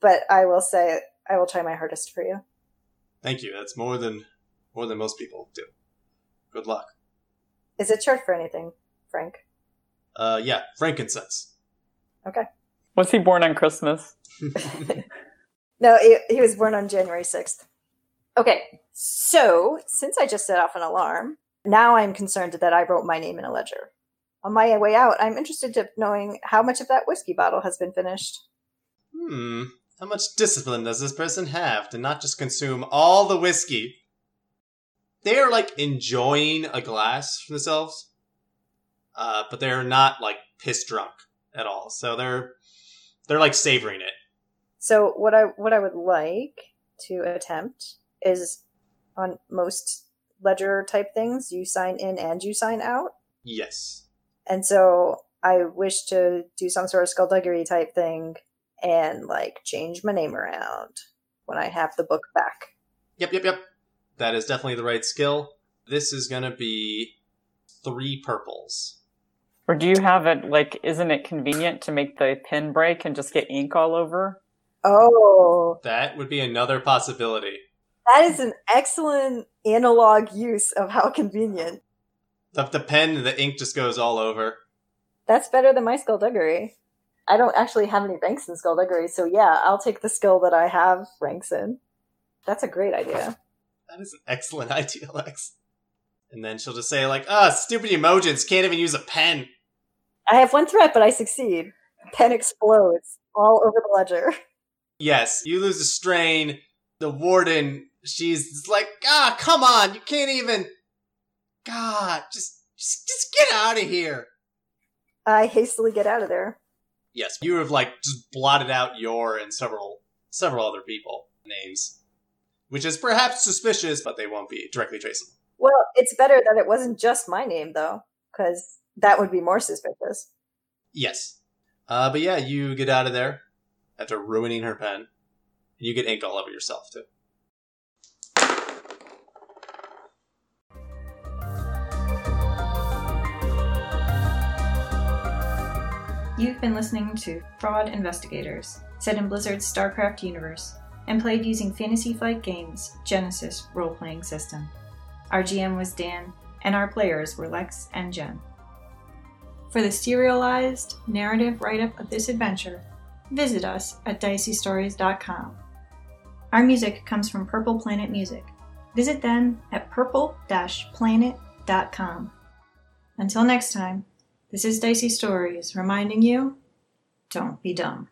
But I will say, I will try my hardest for you.
thank you. That's more than more than most people do. Good luck.
Is it short for anything, Frank?
Uh, yeah, frankincense.
Was he born on Christmas?
No, he, he was born on January 6th. Okay, so since I just set off an alarm, now I'm concerned that I wrote my name in a ledger. On my way out, I'm interested in knowing how much of that whiskey bottle has been finished.
hmm. How much discipline does this person have to not just consume all the whiskey? They are like enjoying a glass for themselves, uh, but they're not like piss drunk at all. So they're they're like savoring it.
So what I what I would like to attempt is on most ledger type things, you sign in and you sign out.
Yes.
And so I wish to do some sort of skullduggery type thing and like change my name around when I have the book back.
Yep, yep, yep. That is definitely the right skill. This is going to be three purples.
Or do you have it like? Isn't it convenient to make the pen break and just get ink all over?
Oh,
That would be another possibility.
that is an excellent analog use of how convenient.
The, the pen, the ink just goes all over.
That's better than my skullduggery. I don't actually have any ranks in skullduggery, so yeah, I'll take the skill that I have ranks in. That's a great idea.
That is an excellent idea, Lex. And then she'll just say, like, ah, stupid emojis, can't even use a pen.
I have one threat, but I succeed. Pen explodes all over the ledger.
Yes, you lose a strain. The warden, she's like, ah, come on, you can't even. God, just, just, just get out of here.
I hastily get out of there.
Yes, you have like just blotted out your and several, several other people names, which is perhaps suspicious, but they won't be directly traceable.
Well, it's better that it wasn't just my name, though, because that would be more suspicious.
Yes, uh, but yeah, you get out of there after ruining her pen. You get ink all over yourself too.
You've been listening to Fraud Investigators, set in Blizzard's StarCraft universe, and played using Fantasy Flight Games' Genesis role playing system. Our GM was Dan, and our players were Lex and Jen. For the serialized narrative write up of this adventure, visit us at diceystories.com. Our music comes from Purple Planet Music. Visit them at purple planet.com. Until next time, this is Dicey Stories reminding you don't be dumb.